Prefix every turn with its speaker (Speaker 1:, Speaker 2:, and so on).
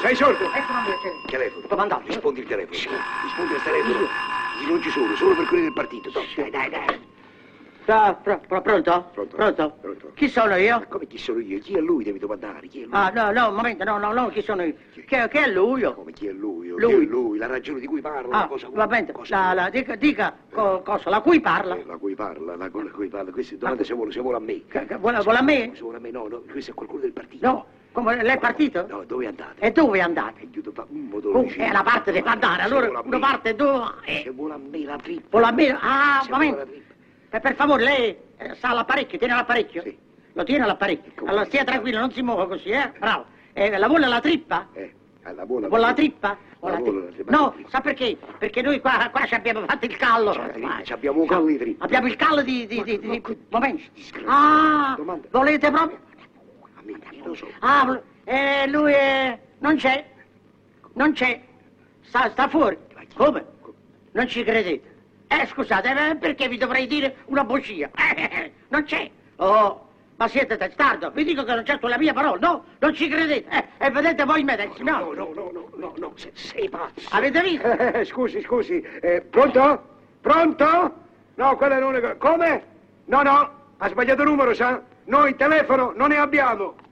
Speaker 1: Sei sordo? Eh,
Speaker 2: Ecco la mia gente.
Speaker 1: Telefono.
Speaker 2: Sto mandando.
Speaker 1: Rispondi il telefono. Rispondi al telefono. Sì, non ci sono, solo per quelli del partito. Toh.
Speaker 2: Dai, dai, dai. Pro- pro- pro- pronto?
Speaker 1: Pronto. Pronto. Ecco.
Speaker 2: Chi sono io?
Speaker 1: Ma come chi sono io? Chi è lui devi domandare? Chi è lui?
Speaker 2: Ah, no, no, un momento, no, no, no, chi sono io? Che, che è lui? io?
Speaker 1: Come chi è lui? O Chi
Speaker 2: Lui.
Speaker 1: è lui? La ragione di cui parla?
Speaker 2: Ah,
Speaker 1: la cosa,
Speaker 2: va bene,
Speaker 1: cosa-
Speaker 2: la, la- dica, dica co- cosa, la cui parla? Ah.
Speaker 1: Eh, la cui parla, la, con la cui parla. Queste domande se vuole, se vuole a me.
Speaker 2: Che- che vuole- vuole a me?
Speaker 1: Se vuole a me, no, no. Questo è qualcuno del partito.
Speaker 2: No, come, lei è partito?
Speaker 1: No, dove andate?
Speaker 2: E dove andate?
Speaker 1: E gli do fa un
Speaker 2: Oh,
Speaker 1: motore.
Speaker 2: è la parte deve andare, allora una parte dove...
Speaker 1: Se
Speaker 2: Eh,
Speaker 1: vuole a me la trippa.
Speaker 2: vuole a me... Ah,
Speaker 1: Se
Speaker 2: va
Speaker 1: vuole la
Speaker 2: bene,
Speaker 1: trippa.
Speaker 2: per, per favore, lei eh, sa l'apparecchio, tiene l'apparecchio?
Speaker 1: Sì.
Speaker 2: Lo tiene l'apparecchio?
Speaker 1: Come?
Speaker 2: Allora stia tranquillo, non si muova così, eh? Bravo. Eh, la vuole la trippa?
Speaker 1: Eh, alla vola.
Speaker 2: Vuole la trippa? O
Speaker 1: La
Speaker 2: la
Speaker 1: vola,
Speaker 2: trippa?
Speaker 1: la trippa.
Speaker 2: No, sa perché? Perché noi qua, qua ci abbiamo fatto il callo.
Speaker 1: C'è la trippa,
Speaker 2: ormai.
Speaker 1: ci abbiamo un callo di trippa.
Speaker 2: Abbiamo il callo di... di,
Speaker 1: Ma-
Speaker 2: di,
Speaker 1: ma
Speaker 2: di-
Speaker 1: che
Speaker 2: momento.
Speaker 1: disgraziato.
Speaker 2: Ah,
Speaker 1: Domanda.
Speaker 2: volete proprio...
Speaker 1: A me, io lo so.
Speaker 2: Ah, vol- eh, lui è... non c'è. Non c'è. Sta, sta fuori. Come? Non ci credete? Eh, scusate, eh, perché vi dovrei dire una bugia? Eh, eh, eh, non c'è. Oh, ma siete testardo. Vi dico che non c'è sulla mia parola. No, non ci credete. Eh, e vedete voi me No, Ah,
Speaker 1: No, no, no, no, no, no, se- sei pazzo.
Speaker 2: Avete visto?
Speaker 1: Eh, eh, scusi, scusi, eh, pronto? Pronto? No, quello è l'unico. Come? No, no, ha sbagliato numero, sa? Noi telefono non ne abbiamo.